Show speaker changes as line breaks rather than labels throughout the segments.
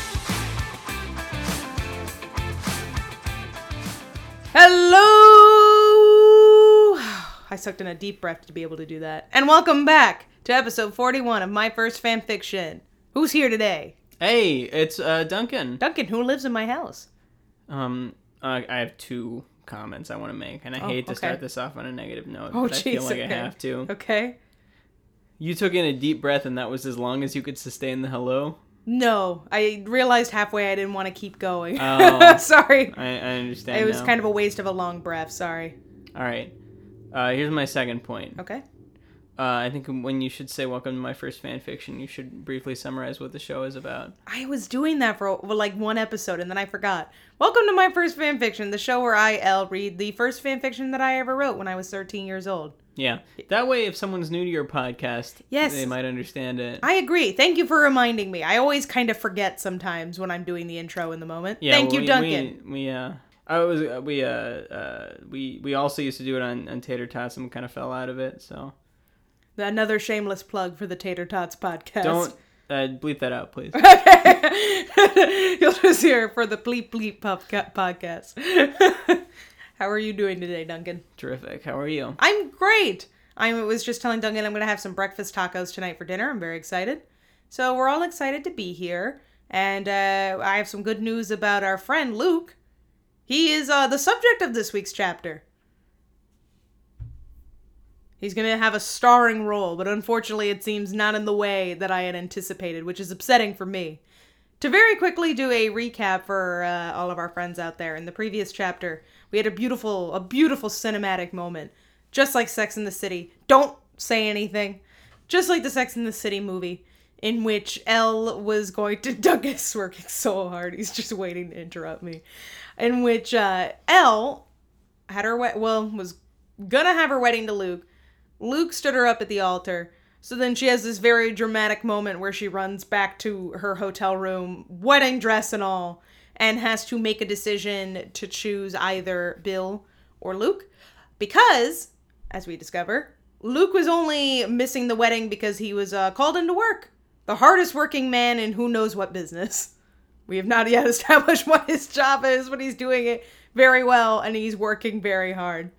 I sucked in a deep breath to be able to do that. And welcome back to episode 41 of my first fan fiction. Who's here today?
Hey, it's uh, Duncan.
Duncan, who lives in my house.
Um, uh, I have two comments I want to make, and I hate
Oh,
to
okay.
start this off on a negative note,
Oh,
but I feel
jeez,
like I
okay.
have to.
Okay.
You took in a deep breath, and that was as long as you could sustain the hello.
No, I realized halfway I didn't want to keep going.
Oh.
sorry.
I, I understand.
It was
now.
kind of a waste of a long breath. Sorry.
All right. Uh, here's my second point.
Okay.
Uh, I think when you should say "Welcome to my first fan fiction," you should briefly summarize what the show is about.
I was doing that for well, like one episode and then I forgot. Welcome to my first fan fiction, the show where I, L, read the first fan fiction that I ever wrote when I was 13 years old.
Yeah, that way, if someone's new to your podcast,
Yes.
they might understand it.
I agree. Thank you for reminding me. I always kind of forget sometimes when I'm doing the intro in the moment.
Yeah,
Thank
well,
you,
we-
Duncan.
We, we uh, I was uh, we uh, uh, we we also used to do it on, on Tater Tots and we kind of fell out of it. So
Another shameless plug for the Tater Tots podcast.
don't uh, bleep that out, please.
You'll just hear it for the Bleep Bleep Popca- podcast. How are you doing today, Duncan?
Terrific. How are you?
I'm great. I was just telling Duncan I'm going to have some breakfast tacos tonight for dinner. I'm very excited. So we're all excited to be here. And uh, I have some good news about our friend Luke. He is uh, the subject of this week's chapter. He's going to have a starring role, but unfortunately, it seems not in the way that I had anticipated, which is upsetting for me. To very quickly do a recap for uh, all of our friends out there, in the previous chapter, we had a beautiful, a beautiful cinematic moment, just like Sex in the City. Don't say anything, just like the Sex in the City movie, in which Elle was going to. Douglas working so hard, he's just waiting to interrupt me. In which uh, Elle had her wed- well was gonna have her wedding to Luke. Luke stood her up at the altar. So then she has this very dramatic moment where she runs back to her hotel room, wedding dress and all, and has to make a decision to choose either Bill or Luke because as we discover, Luke was only missing the wedding because he was uh, called into work. The hardest working man in who knows what business. We have not yet established what his job is, but he's doing it very well and he's working very hard.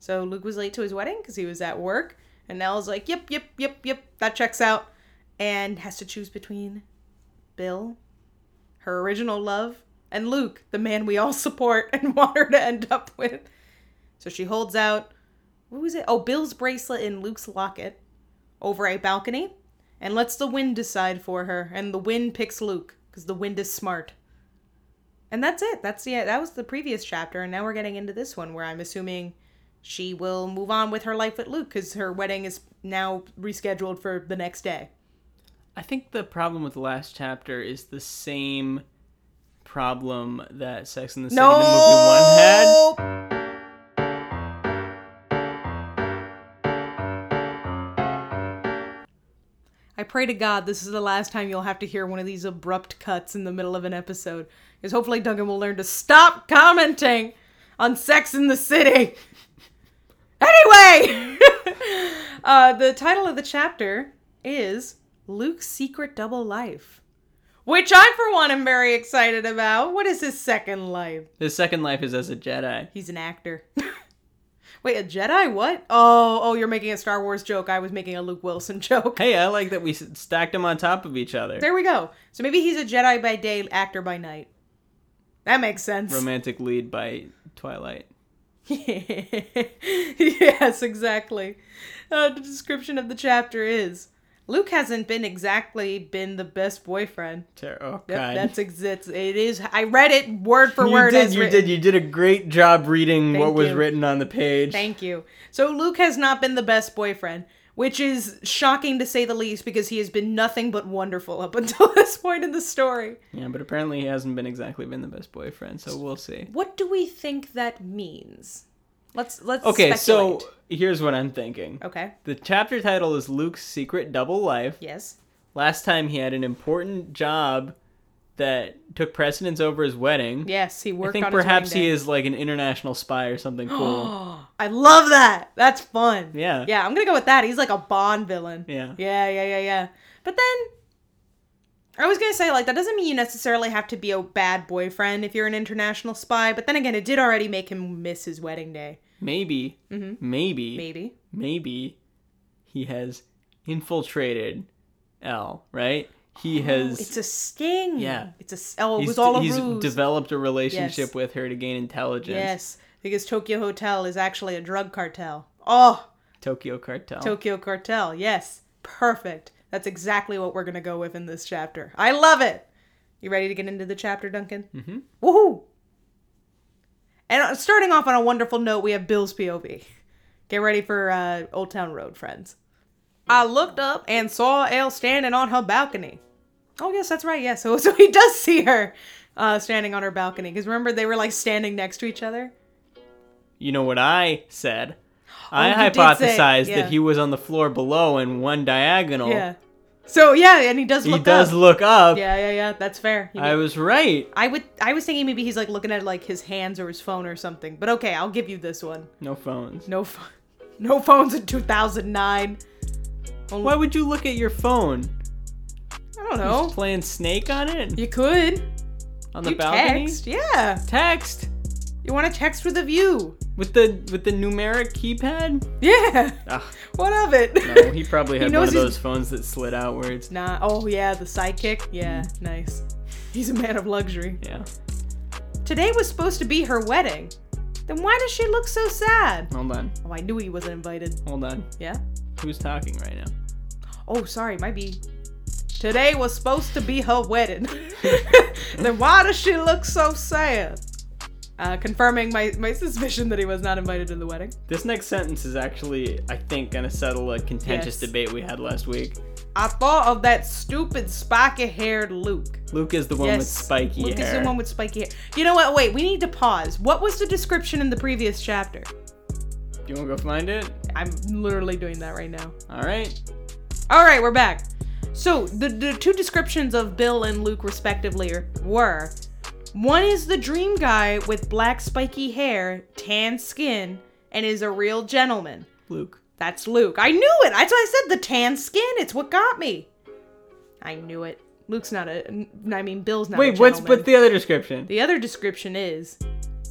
So Luke was late to his wedding because he was at work, and Nell's like, "Yep, yep, yep, yep, that checks out," and has to choose between Bill, her original love, and Luke, the man we all support and want her to end up with. So she holds out, what was it? Oh, Bill's bracelet and Luke's locket over a balcony, and lets the wind decide for her, and the wind picks Luke because the wind is smart. And that's it. That's the that was the previous chapter, and now we're getting into this one where I'm assuming she will move on with her life with Luke because her wedding is now rescheduled for the next day.
I think the problem with the last chapter is the same problem that Sex in the City the movie one had.
I pray to God this is the last time you'll have to hear one of these abrupt cuts in the middle of an episode, because hopefully Duncan will learn to stop commenting on Sex in the City. Anyway, uh, the title of the chapter is Luke's Secret Double Life, which I, for one, am very excited about. What is his second life?
His second life is as a Jedi.
He's an actor. Wait, a Jedi? What? Oh, oh, you're making a Star Wars joke. I was making a Luke Wilson joke.
Hey, I like that we s- stacked them on top of each other.
There we go. So maybe he's a Jedi by day, actor by night. That makes sense.
Romantic lead by Twilight.
yes, exactly. Uh, the description of the chapter is Luke hasn't been exactly been the best boyfriend.
Ter- oh
Yep,
God.
that's exits. It is. I read it word for
you
word.
did.
as
You
written.
did. You did a great job reading what
Thank
was
you.
written on the page.
Thank you. So Luke has not been the best boyfriend, which is shocking to say the least because he has been nothing but wonderful up until this point in the story.
Yeah, but apparently he hasn't been exactly been the best boyfriend, so we'll see.
What do we think that means? Let's let's
Okay,
speculate.
so here's what I'm thinking.
okay,
The chapter title is Luke's Secret Double Life.
yes,
Last time he had an important job that took precedence over his wedding.
yes, he
I
worked.
think
on his
perhaps
wedding
he
day.
is like an international spy or something cool.
I love that. That's fun.
Yeah.
yeah. I'm gonna go with that. He's like a Bond villain.
Yeah.
yeah, yeah, yeah, yeah. But then I was gonna say like that doesn't mean you necessarily have to be a bad boyfriend if you're an international spy. But then again, it did already make him miss his wedding day.
Maybe,
Mhm.
maybe, maybe,
Maybe.
he has infiltrated L. Right? He has.
Oh, It's a sting.
Yeah.
It's a. s- Oh, it
he's
was all a
he's
ruse.
developed a relationship
Yes.
with her to gain intelligence.
yes, because Tokyo Hotel is actually a drug cartel. Oh,
Tokyo Cartel.
Tokyo Cartel. Yes, perfect. That's exactly what we're gonna go with in this chapter. I love it. You ready to get into the chapter, Duncan?
Mhm.
Woohoo! And uh, starting off on a wonderful note, we have Bill's POV. Get ready for uh, Old Town Road, friends. I looked up and saw Elle standing on her balcony. Oh, yes, that's right. Yes, so, so he does see her uh, standing on her balcony. Because remember, they were like standing next to each other?
You know what I said?
Oh,
I
you did say-
hypothesized
yeah.
that he was on the floor below in one diagonal.
Yeah. So, yeah, and he does
Oh. He
look
does
up.
look up.
yeah, yeah, yeah. That's fair. He
I was right.
I would I was thinking maybe he's like looking at like his hands or his phone or something. But okay, I'll give you this one.
No phones.
No pho- no phones in 2009. Only,
Why would you look at your phone?
I don't
Just
know.
playing snake on it?
You could.
on the
you
balcony?
text. Yeah.
Text.
You want to text with a view.
With the with the numeric keypad?
Yeah.
Ugh,
What of it?
no, he probably had one
knows
of
he's-
those phones that slid outwards.
nah. Oh yeah, the sidekick. Yeah,
Mm.
nice. He's a man of luxury.
Yeah.
Today was supposed to be her wedding. Then why does she look so sad?
Hold on.
Oh, I knew he wasn't invited.
Hold on.
Yeah.
Who's talking right now?
Oh, sorry, might be. Today was supposed to be her wedding. then why does she look so sad? Uh, confirming my, my suspicion that he was not invited to the wedding.
This next sentence is actually, I think, gonna settle a
Yes.
contentious debate we had last week.
I thought of that stupid spiky haired Luke.
Luke is the one with spiky
Luke
hair.
is the one with spiky hair. You know what? Wait, we need to pause. What was the description in the previous chapter?
you wanna go find it?
I'm literally doing that right now.
All right.
All right, we're back. So the, the two descriptions of Bill and Luke, respectively, are- were one is the dream guy with black spiky hair, tan skin, and is a real gentleman.
Luke.
That's Luke. I knew it. That's why I said the tan skin. It's what got me. I knew it. Luke's not a. I mean, Bill's not. a
Wait, what's
gentleman.
but the other description?
The other description is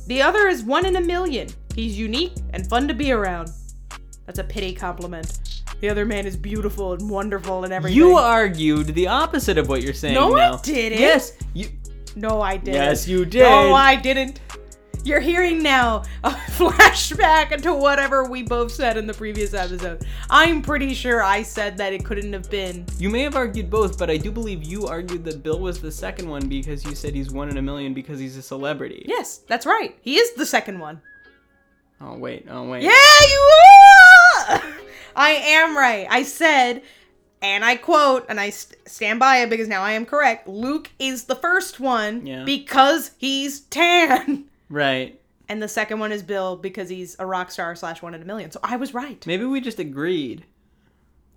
the other is one in a million. He's unique and fun to be around. That's a pity compliment. The other man is beautiful and wonderful and everything.
You argued the opposite of what you're saying.
No, I
now.
didn't.
Yes, you.
No, I didn't.
Yes, you did.
No, I didn't. You're hearing now a flashback to whatever we both said in the previous episode. I'm pretty sure I said that it couldn't have been.
You may have argued both, but I do believe you argued that Bill was the second one because you said he's one in a million because he's a celebrity.
Yes, that's right. He is the second one.
Oh wait. Oh wait.
Yeah, you are. I am right. I said, and I quote, and I st- stand by it because now I am correct. Luke is the first one
Yeah.
because he's tan,
Right.
and the second one is Bill because he's a rock star slash one in a million. So I was right.
Maybe we just agreed.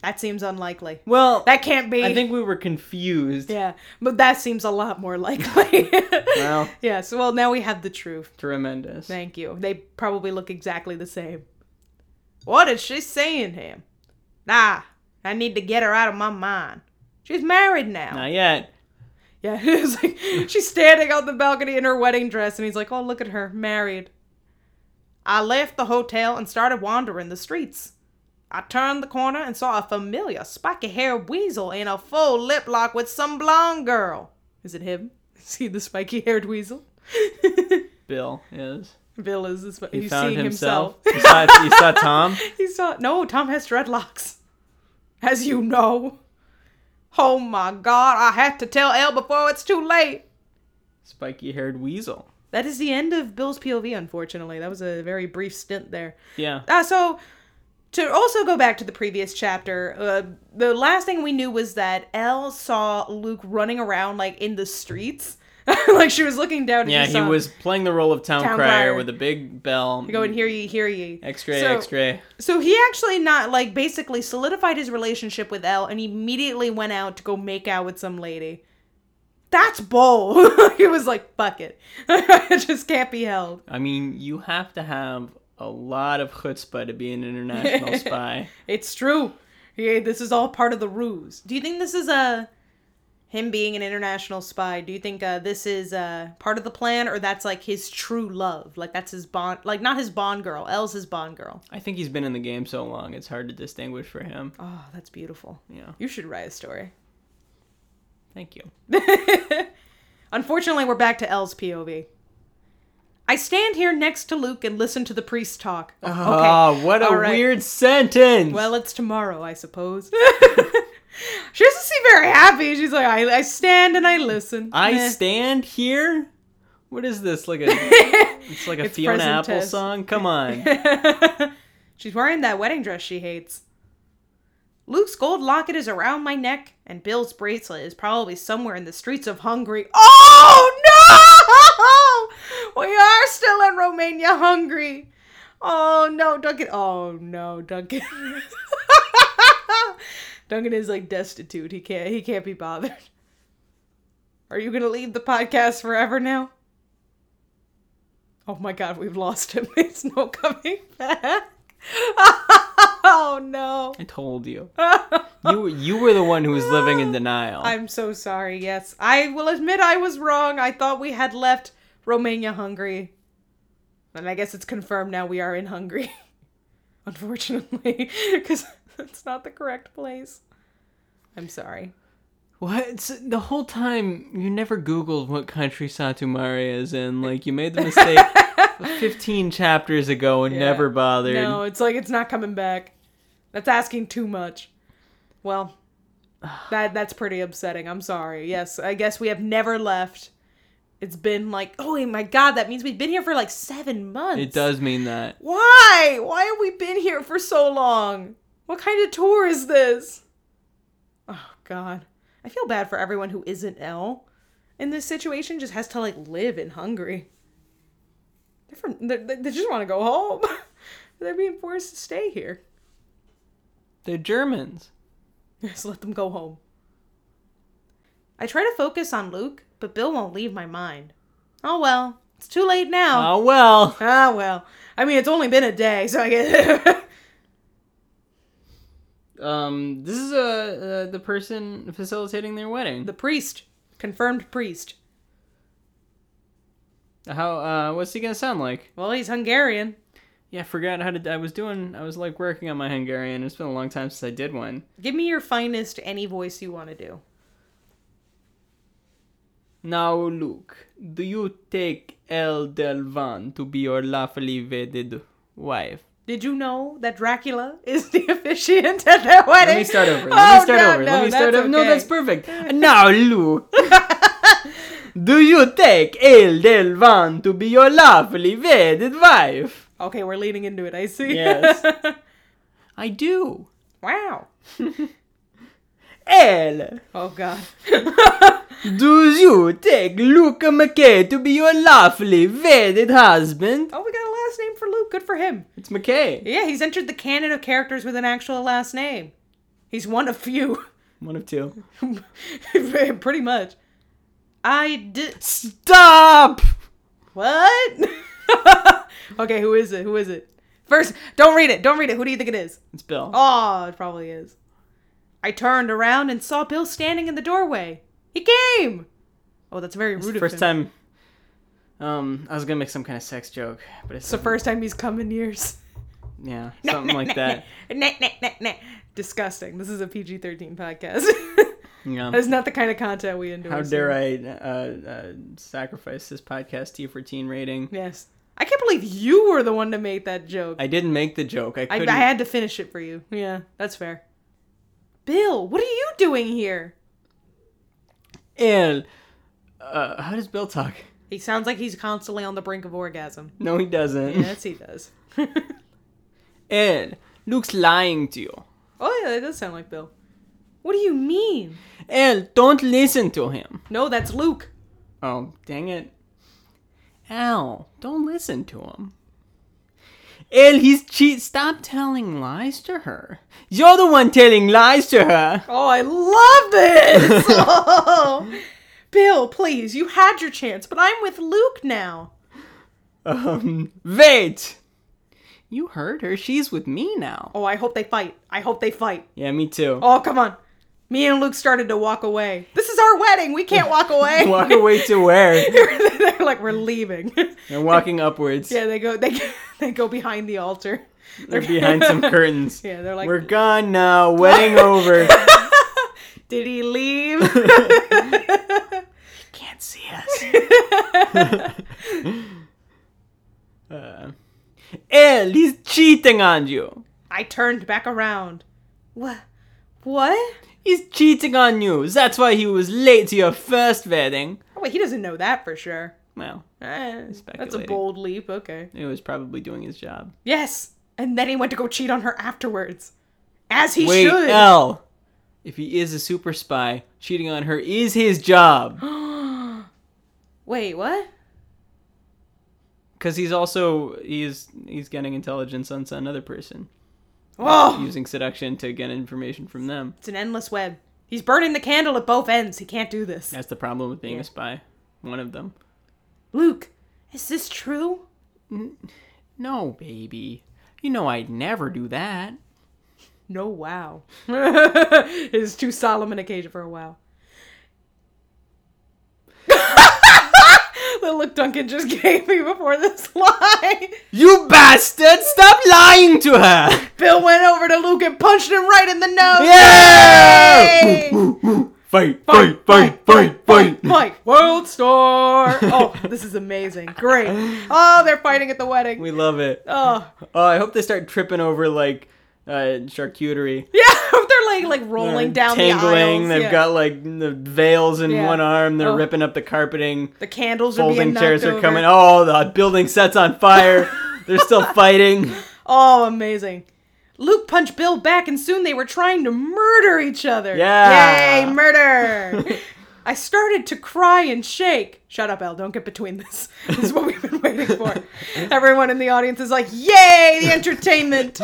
That seems unlikely.
Well,
That can't be.
I think we were confused.
Yeah, but that seems a lot more likely.
Well.
Yes. Well, now we have the truth.
Tremendous.
Thank you. They probably look exactly the same. What is she saying to him? Nah, I need to get her out of my mind. She's married now.
Not yet.
Yeah, it's like she's standing on the balcony in her wedding dress, and he's like, "Oh, look at her, married." I left the hotel and started wandering the streets. I turned the corner and saw a familiar spiky-haired weasel in a full lip lock with some blonde girl. Is it him? Is he the spiky-haired weasel?
Bill is.
Bill is the spi-
He
he's
found
seeing
himself.
himself.
you, saw, you saw Tom.
He saw no. Tom has dreadlocks, as you know. Oh my God! I have to tell Elle before it's too late.
Spiky-haired weasel.
That is the end of Bill's POV, unfortunately. That was a very brief stint there.
Yeah.
Uh, so, to also go back to the previous chapter, uh, the last thing we knew was that Elle saw Luke running around, like, in the streets. like, she was looking down and
Yeah,
she
he
saw him.
was playing the role of town,
Town
crier,
crier.
with a big bell.
Go and hear ye, hear ye.
X-ray,
So-
X-ray.
So he actually not like basically solidified his relationship with Elle and immediately went out to go make out with some lady. That's bold. he was like, "Fuck it, it just can't be held."
I mean, you have to have a lot of chutzpah to be an international spy.
It's true. Yeah, this is all part of the ruse. Do you think this is a uh, him being an international spy, do you think uh, this is uh, part of the plan, or that's like his true love? Like that's his bond, like not his Bond girl. Elle's his Bond girl.
I think he's been in the game so long; it's hard to distinguish for him.
Oh, that's beautiful.
Yeah.
You should write a story.
Thank you.
Unfortunately, we're back to Elle's POV. I stand here next to Luke and listen to the priest talk. Oh,
Ah, what a
All right.
weird sentence.
Well, it's tomorrow, I suppose. she doesn't seem very happy. She's like, I, I stand and I listen.
I
Meh.
stand here. What is this? Like a it's like a
It's
Fiona
present
Apple
tense.
song. Come on.
She's wearing that wedding dress she hates. Luke's gold locket is around my neck, and Bill's bracelet is probably somewhere in the streets of Hungary. Oh no! We are still in Romania, Hungary. Oh no, Duncan. Oh no, Duncan. Duncan is like destitute. He can't he can't be bothered. Are you gonna leave the podcast forever now? Oh my god, we've lost him. It's no coming back. Oh no.
I told you. You were- you were the one who was living in denial.
I'm so sorry. Yes, I will admit I was wrong. I thought we had left Romania Hungary. And I guess it's confirmed now we are in Hungary. Unfortunately, because that's not the correct place. I'm sorry.
What? It's- the whole time you never Googled what country Satumari is in. Like you made the mistake 15 chapters ago and never bothered.
No, it's like it's not coming back. That's asking too much. Well, that that's pretty upsetting. I'm sorry. Yes, I guess we have never left. It's been like, oh my god, that means we've been here for like seven months.
It does mean that.
Why? Why have we been here for so long? What kind of tour is this? Oh god. I feel bad for everyone who isn't L in this situation just has to like live in Hungary. They're from they they they just want to go home. They're being forced to stay here.
They're Germans.
Just let them go home. I try to focus on Luke, but Bill won't leave my mind. Oh well, it's too late now.
Oh well.
Ah, well. I mean, it's only been a day, so I guess.
Um, this is uh, uh, the person facilitating their wedding.
the priest. Confirmed priest.
How? Uh, what's he gonna sound like?
Well, he's Hungarian.
Yeah, I forgot how to. I was doing. I was like working on my Hungarian. It's been a long time since I did one.
Give me your finest any voice you want to do.
Now, Luke, do you take El Delvan to be your lawfully wedded wife?
Did you know that Dracula is the officiant at their wedding?
Let me start over. Let me
Oh,
start
no,
over.
no,
Let me start
that's
over. No,
okay.
that's perfect. Now, Luke, do you take El Delvan to be your lawfully wedded wife?
Okay, we're leading into it, I see.
Yes. I do.
wow.
El,
Oh, God.
do you take Luke McKay to be your lawfully wedded husband?
oh, we got a last name for Luke. Good for him.
It's McKay.
Yeah, he's entered the canon of characters with an actual last name. He's one of few.
One of two.
Pretty much. I did.
Stop!
What? okay, who is it? Who is it? First, don't read it. Don't read it. Who do you think it is?
It's Bill.
Oh, it probably is. I turned around and saw Bill standing in the doorway. He came. Oh, that's very rude of
First
him.
time. Um, I was gonna make some kind of sex joke, but it's
It's the first time he's come in years.
yeah, something like that.
Nah, nah, nah, nah. Disgusting. This is a PG thirteen podcast.
Yeah.
That's not the kind of content we endorse.
How dare I uh, uh, sacrifice this podcast T for teen rating?
Yes. I can't believe you were the one to make that joke.
I didn't make the joke. I
I,
couldn't.
I had to finish it for you. Yeah, that's fair. Bill, what are you doing here?
Ew. Uh, how does Bill talk?
He sounds like he's constantly on the brink of orgasm.
No, he doesn't.
Yes, he does.
El Luke's lying to you.
oh, yeah, that does sound like Bill. What do you mean?
El, don't listen to him.
No, that's Luke.
Oh, dang it. Al, don't listen to him. El, he's cheat. Stop telling lies to her. You're the one telling lies to her.
Oh, I love this! oh. Bill, please, you had your chance, but I'm with Luke now.
Um, wait. You heard her. She's with me now.
Oh, I hope they fight. I hope they fight.
Yeah, me too.
Oh, come on. Me and Luke started to walk away. This is our wedding. We can't walk away.
Walk away to where?
They're like, we're leaving.
They're walking upwards.
yeah, they go. They go- they go behind the altar.
They're behind some curtains.
Yeah, they're like,
We're gone now. Wedding over.
did he leave?
Can't see us. uh, El, he's cheating on you.
I turned back around. What? What?
He's cheating on you. That's why he was late to your first wedding.
Oh, wait, he doesn't know that for sure.
Well,
Eh, that's a
Speculating.
bold leap. Okay.
he was probably doing his job.
Yes. And then he went to go cheat on her afterwards, as he
Wait, uh,
should.
El. If he is a super spy, cheating on her is his job.
Wait, what?
Because he's also he's he's getting intelligence on another person,
Oh,
using seduction to get information from them.
it's an endless web. He's burning the candle at both ends. He can't do this.
That's the problem with being a spy. One of them.
Luke, is this true?
No, baby. You know I'd never do that.
No, wow. it is too solemn an occasion for a wow. the look Duncan just gave me before this lie.
You bastard! Stop lying to her!
Bill went over to Luke and punched him right in the nose.
Yeah!
Yay!
Fight,
Fight, fight, fight, fight, fight. World Star. Oh, this is amazing. Great. Oh, they're fighting at the wedding.
We love it.
Oh,
Oh, I hope they start tripping over like uh, charcuterie.
yeah. They're like like rolling
Uh,
down the
tangling.
aisles.
They've
yeah.
got like the veils in
Yeah.
one arm. They're
Oh.
ripping up the carpeting.
the candles are being
Folding
knocked
chairs
over.
are coming. Oh, the building sets on fire. They're still fighting.
Oh, amazing. Luke punched Bill back, and soon they were trying to murder each other.
Yeah.
Yay, murder! I started to cry and shake. Shut up, El. Don't get between this. This is what we've been waiting for. Everyone in the audience is like, Yay, the entertainment!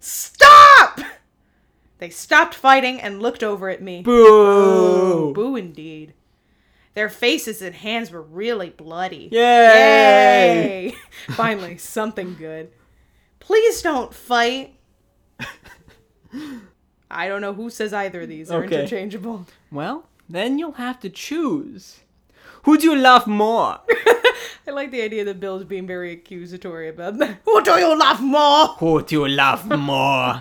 Stop! They stopped fighting and looked over at me.
Boo!
Boo, indeed. Their faces and hands were really bloody.
Yay!
Yay! Finally, something good. Please don't fight. I don't know who says either of these. They're
Okay.
interchangeable.
Well, then you'll have to choose. Who do you love more?
I like the idea that Bill's being very accusatory about that. Who do you love more?
Who do you love more?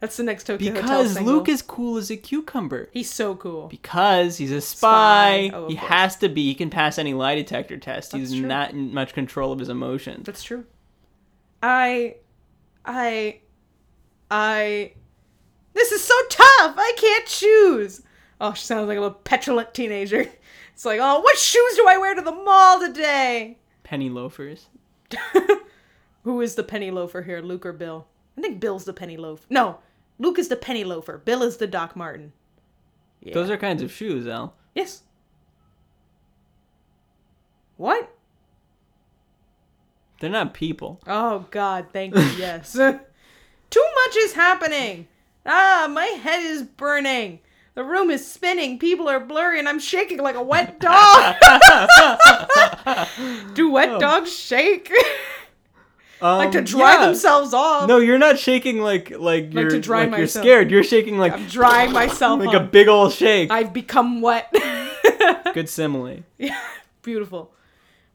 That's the next Tokyo Hotel
Because
single.
Luke is cool as a cucumber.
He's so cool.
Because he's a spy.
Spy. Oh, of
he
course.
has to be. He can pass any lie detector test. he's
true.
not in much control of his emotions.
That's true. I. I. I. This is so tough! I can't choose! Oh, she sounds like a little petulant teenager. It's like, oh, what shoes do I wear to the mall today?
Penny loafers.
Who is the penny loafer here, Luke or Bill? I think Bill's the penny loaf. No, Luke is the penny loafer. Bill is the Doc Martin. Yeah.
Those are kinds of shoes, Al.
Yes. What?
They're not people.
Oh God, thank you. Yes. Too much is happening. Ah, my head is burning. The room is spinning. People are blurry, and I'm shaking like a wet dog. Do wet dogs shake?
Oh. Um,
like to dry
yeah.
themselves off?
No, you're not shaking like like you're
to dry
like you're
myself.
scared. You're shaking like
I'm drying myself
like a
up.
big old shake.
I've become wet.
Good simile.
Yeah, beautiful.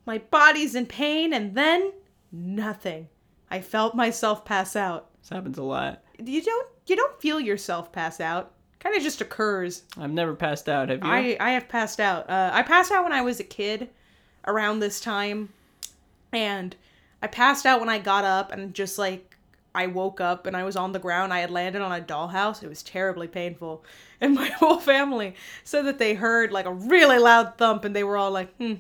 My body's in pain, and then nothing. I felt myself pass out.
This happens a lot.
You don't. You don't feel yourself pass out. Kind of just occurs.
I've never passed out. Have you?
I, I have passed out. Uh, I passed out when I was a kid around this time. And I passed out when I got up and just like I woke up and I was on the ground. I had landed on a dollhouse. It was terribly painful. And my whole family said that they heard like a really loud thump and they were all like, hmm.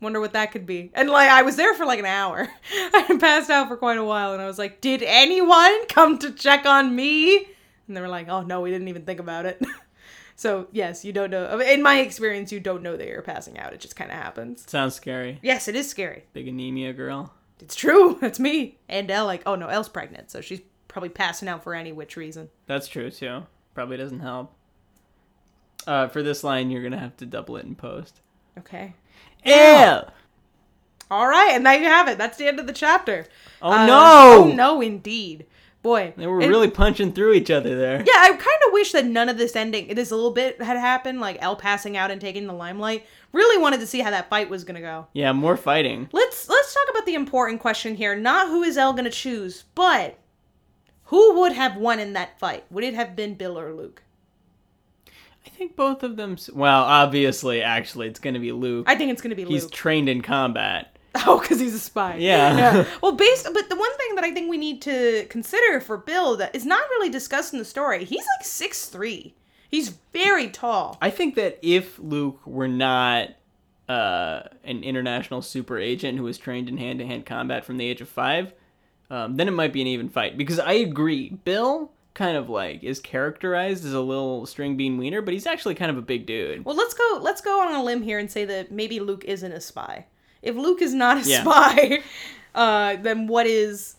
Wonder what that could be. And like I was there for like an hour. I had passed out for quite a while and I was like, "Did anyone come to check on me?" And they were like, "Oh no, we didn't even think about it." So yes, you don't know. In my experience, you don't know that you're passing out. It just kind of happens.
Sounds scary.
Yes, it is scary.
Big anemia girl.
It's true. That's me. And Elle, like, oh no, Elle's pregnant, so she's probably passing out for any which reason.
That's true too. Probably doesn't help. Uh, for this line, you're gonna have to double it in post.
Okay.
Ew!
All right, and now you have it. That's the end of the chapter.
Oh
Uh,
no!
Oh no, indeed. Boy,
They were
it-
really punching through each other there.
Yeah, I kind of wish that none of this ending, this little bit had happened, like El passing out and taking the limelight. Really wanted to see how that fight was gonna go.
Yeah, more fighting.
Let's let's talk about the important question here. Not who is El gonna choose, but who would have won in that fight? Would it have been Bill or Luke?
I think both of them. s- Well, obviously, actually, it's going to be Luke.
I think it's gonna be
He's
Luke.
trained in combat.
Oh, because he's a spy.
Yeah.
Well, based, but the one thing that I think we need to consider for Bill that is not really discussed in the story, he's like six three. He's very tall.
I think that if Luke were not uh, an international super agent who was trained in hand to hand combat from the age of five, um, then it might be an even fight. Because I agree, Bill kind of like is characterized as a little string bean wiener, but he's actually kind of a big dude.
Well, let's go. Let's go on a limb here and say that maybe Luke isn't a spy. If Luke is not a
Yeah.
spy, uh, then what is?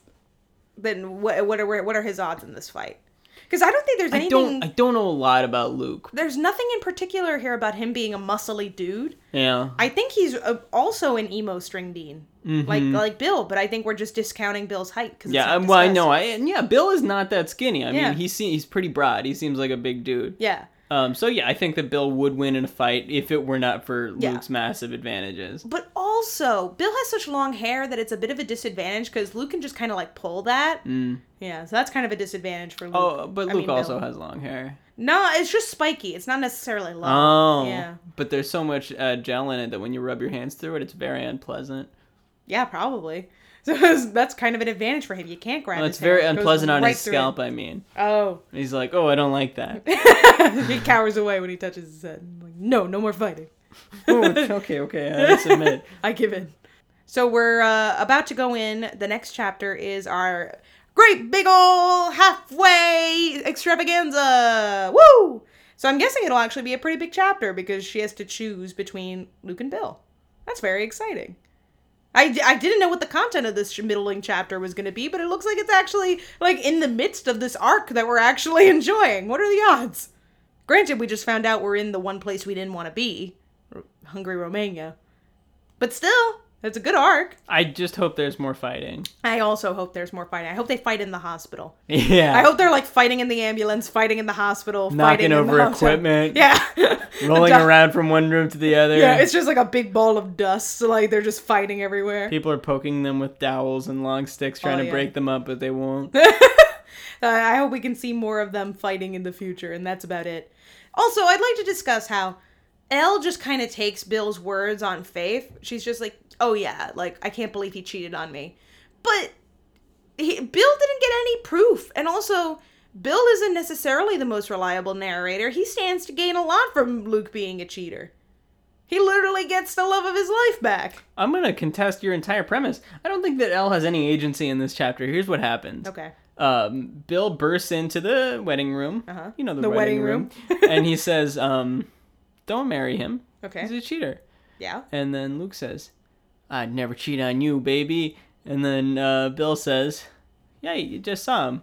Then what? What are what are his odds in this fight? Because I don't think there's
I
anything.
don't I don't know a lot about Luke.
there's nothing in particular here about him being a muscly dude.
Yeah.
I think he's uh also an emo string dean, like like Bill. But I think we're just discounting Bill's height. Cause it's
Mm-hmm. Yeah,
not
well, I
discussed.
know. I and yeah, Bill is not that skinny. I
Yeah.
mean, he se- he's pretty broad. He seems like a big dude.
Yeah.
Um, so yeah, I think that Bill would win in a fight if it were not for
Yeah.
Luke's massive advantages.
But also, Bill has such long hair that it's a bit of a disadvantage because Luke can just kind of like pull that.
Mm.
Yeah, so that's kind of a disadvantage for Luke.
Oh, but
I
Luke
mean,
also
Bill.
has long hair.
No, it's just spiky. It's not necessarily long.
Oh,
yeah.
But there's so much uh, gel in it that when you rub your hands through it, it's very unpleasant.
yeah, probably. So that's- that's kind of an advantage for him. You can't grab.
Well,
his
it's
hair.
very
It goes
unpleasant on
right
his
through
scalp.
him.
I mean,
Oh,
And he's like, "Oh, I don't like that."
he cowers away when he touches his head. I'm like, no, no more fighting.
oh, it's okay, okay, I submit.
I give in. So we're uh, about to go in. The next chapter is our great big ol' halfway extravaganza. Woo! So I'm guessing it'll actually be a pretty big chapter because she has to choose between Luke and Bill. That's very exciting. I, d- I didn't know what the content of this middling chapter was going to be, but it looks like it's actually like in the midst of this arc that we're actually enjoying. What are the odds? Granted, we just found out we're in the one place we didn't want to be, R- Hungary, Romania. But still, it's a good arc.
I just hope there's more fighting.
I also hope there's more fighting. I hope they fight in the hospital.
Yeah.
I hope they're like fighting in the ambulance, fighting in the hospital,
Knocking
fighting in the
over
hospital.
equipment.
Yeah,
Rolling
The du-
around from one room to the other.
Yeah, it's just like a big ball of dust. So like they're just fighting everywhere.
People are poking them with dowels and long sticks, trying
Oh,
to
yeah.
break them up, but they won't.
Uh, I hope we can see more of them fighting in the future, and that's about it. Also, I'd like to discuss how Elle just kind of takes Bill's words on faith. She's just like, oh yeah, like, I can't believe he cheated on me. But he, Bill didn't get any proof. And also, Bill isn't necessarily the most reliable narrator. He stands to gain a lot from Luke being a cheater. He literally gets the love of his life back.
I'm gonna contest your entire premise. I don't think that Elle has any agency in this chapter. Here's what happens.
Okay.
um, Bill bursts into the wedding room.
Uh-huh.
You know the,
The wedding
wedding, room,
room.
and he says, um, "Don't marry him. He's
Okay.
a cheater."
Yeah.
And then Luke says, "I'd never cheat on you, baby." And then uh, Bill says, "Yeah, you just saw him."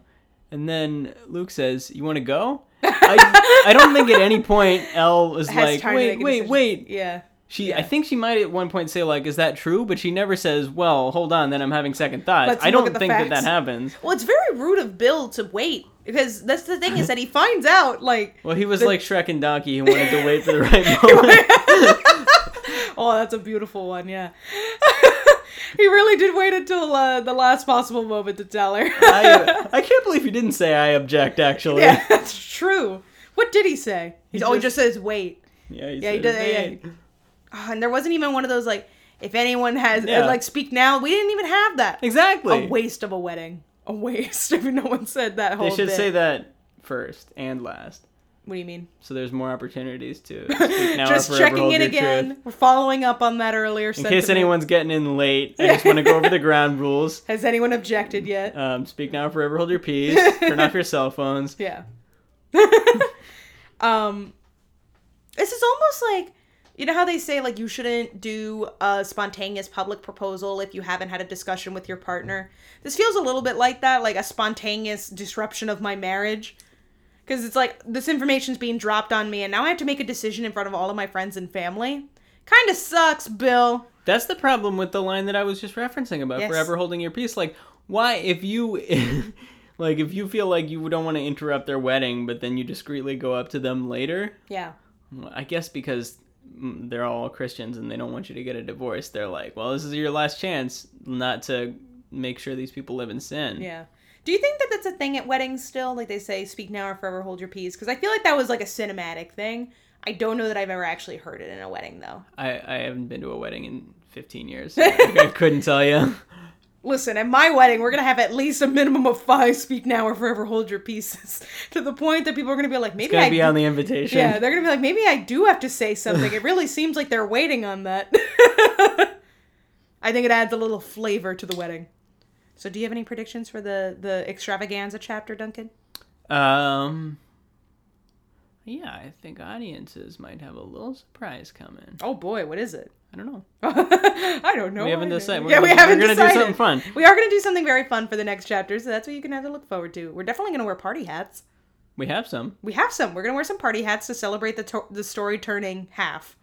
And then Luke says, "You want to go?" I, I don't think at any point Elle was
Has
like,
time to
"Wait,
make a
wait,
decision."
wait."
Yeah.
She, I
Yeah.
think she might at one point say like, "Is that true?" But she never says, "Well, hold on, then I'm having second thoughts."
Let's
I
look
don't
at the
think that
facts.
that happens.
Well, it's very rude of Bill to wait because that's the thing is that he finds out like,
Well, he was
The-
like Shrek and Donkey. He wanted to wait for the right moment.
oh, that's a beautiful one, yeah. he really did wait until uh, the last possible moment to tell her.
I, I can't believe you didn't say I object. Actually,
yeah, that's true. What did he say? He's,
He
oh, he just
just-
says wait,
yeah, he
Yeah, he
said,
did- yeah,
"Hey."
yeah. oh, and there wasn't even one of those like if anyone has uh,
Yeah.
like speak now. We didn't even have that.
exactly.
A waste of a wedding. A waste if no one said that whole.
they should
bit.
say that first and last,
What do you mean?
so there's more opportunities to speak now or
just
forever
checking
hold
in
your
again.
truth.
We're following up on that earlier.
In case
sentiment.
anyone's getting in late, I just want to go over the ground rules.
Has anyone objected yet?
Um, speak now, or forever hold your peace. Turn off your cell phones.
yeah. um this is almost like you know how they say like you shouldn't do a spontaneous public proposal if you haven't had a discussion with your partner. This feels a little bit like that, like a spontaneous disruption of my marriage. Cuz it's like this information's being dropped on me and now I have to make a decision in front of all of my friends and family. Kind of sucks, Bill.
That's the problem with the line that I was just referencing about
Yes.
forever holding your peace. Like, why if you Like if you feel like you don't want to interrupt their wedding, but then you discreetly go up to them later,
Yeah.
I guess because mm, they're all Christians and they don't want you to get a divorce, they're like, well, this is your last chance not to make sure these people live in sin.
Yeah. Do you think that that's a thing at weddings still? Like they say, speak now or forever hold your peace? Because I feel like that was like a cinematic thing. I don't know that I've ever actually heard it in a wedding, though.
I, I haven't been to a wedding in 15 years. so I couldn't tell you.
Listen, at my wedding, we're going to have at least a minimum of five speak now or forever hold your pieces to the point that people are going to be like, maybe
Gotta
I.
be
do-
on the invitation.
yeah, they're going to be like, maybe I do have to say something. it really seems like they're waiting on that. I think it adds a little flavor to the wedding. So, do you have any predictions for the, the extravaganza chapter, Duncan?
Um. Yeah, I think audiences might have a little surprise coming.
Oh boy, what is it?
I don't know.
Oh, I don't know.
We haven't
either.
decided. We're
Yeah, we
gonna-
haven't
We're gonna do
decided.
something fun.
We are going to do something very fun for the next chapter, so that's what you can have to look forward to. We're definitely going to wear party hats.
We have some.
We have some. We're going to wear some party hats to celebrate the to- the story turning half.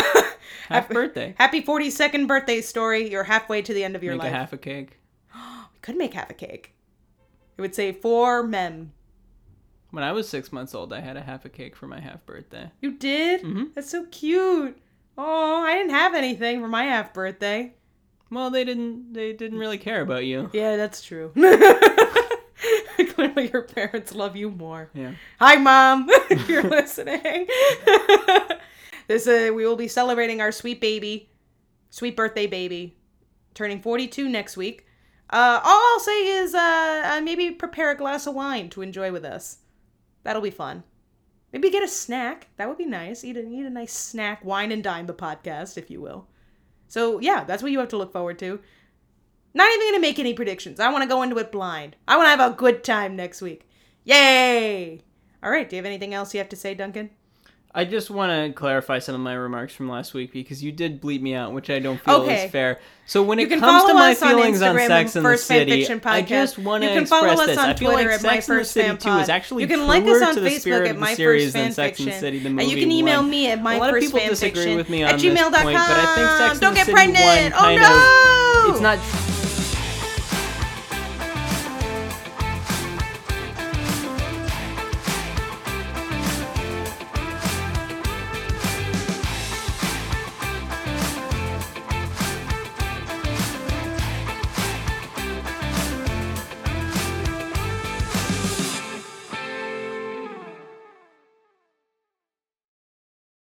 Half birthday.
Happy 42nd birthday story. You're halfway to the end of your
Make
life.
a half a cake.
We could make half a cake. It would say for mem.
When I was six months old, I had a half a cake for my half birthday.
You did?
Mhm.
That's so cute. Oh, I didn't have anything for my half birthday.
Well, they didn't. They didn't really care about you.
Yeah, that's true. Clearly, your parents love you more.
Yeah.
Hi, mom, if you're listening. this uh, we will be celebrating our sweet baby, sweet birthday baby, turning 42 next week. Uh, all I'll say is uh, uh, maybe prepare a glass of wine to enjoy with us. That'll be fun. Maybe get a snack. That would be nice. Eat a, eat a nice snack, wine and dine the podcast, if you will. So yeah, that's what you have to look forward to. Not even gonna make any predictions. I want to go into it blind. I want to have a good time next week. Yay! All right. Do you have anything else you have to say, Duncan?
I just want to clarify some of my remarks from last week because you did bleep me out, which I don't feel
Okay.
is fair. So when
You
it
can
comes to
follow
my
us on
feelings on,
Instagram,
Sex and the
First Fan
City,
Fiction
I
Podcast.
just want to
You can
express
follow us
this.
on
I feel like
Twitter at My
Sex and the
First
City
Fan
Two is
Pod.
actually
You can like us
truer
on
to the
Facebook
spirit
at
of
My
the series
First
than
Fan
Sex and the
Fiction.
City the
And
movie.
you can email
won.
me at
a lot of people
myfirstfanfiction
disagree with me
at
on this point, but I think
gmail.com.
Sex and
Don't
the
get
City
pregnant. Oh
One kind
no!
of it's not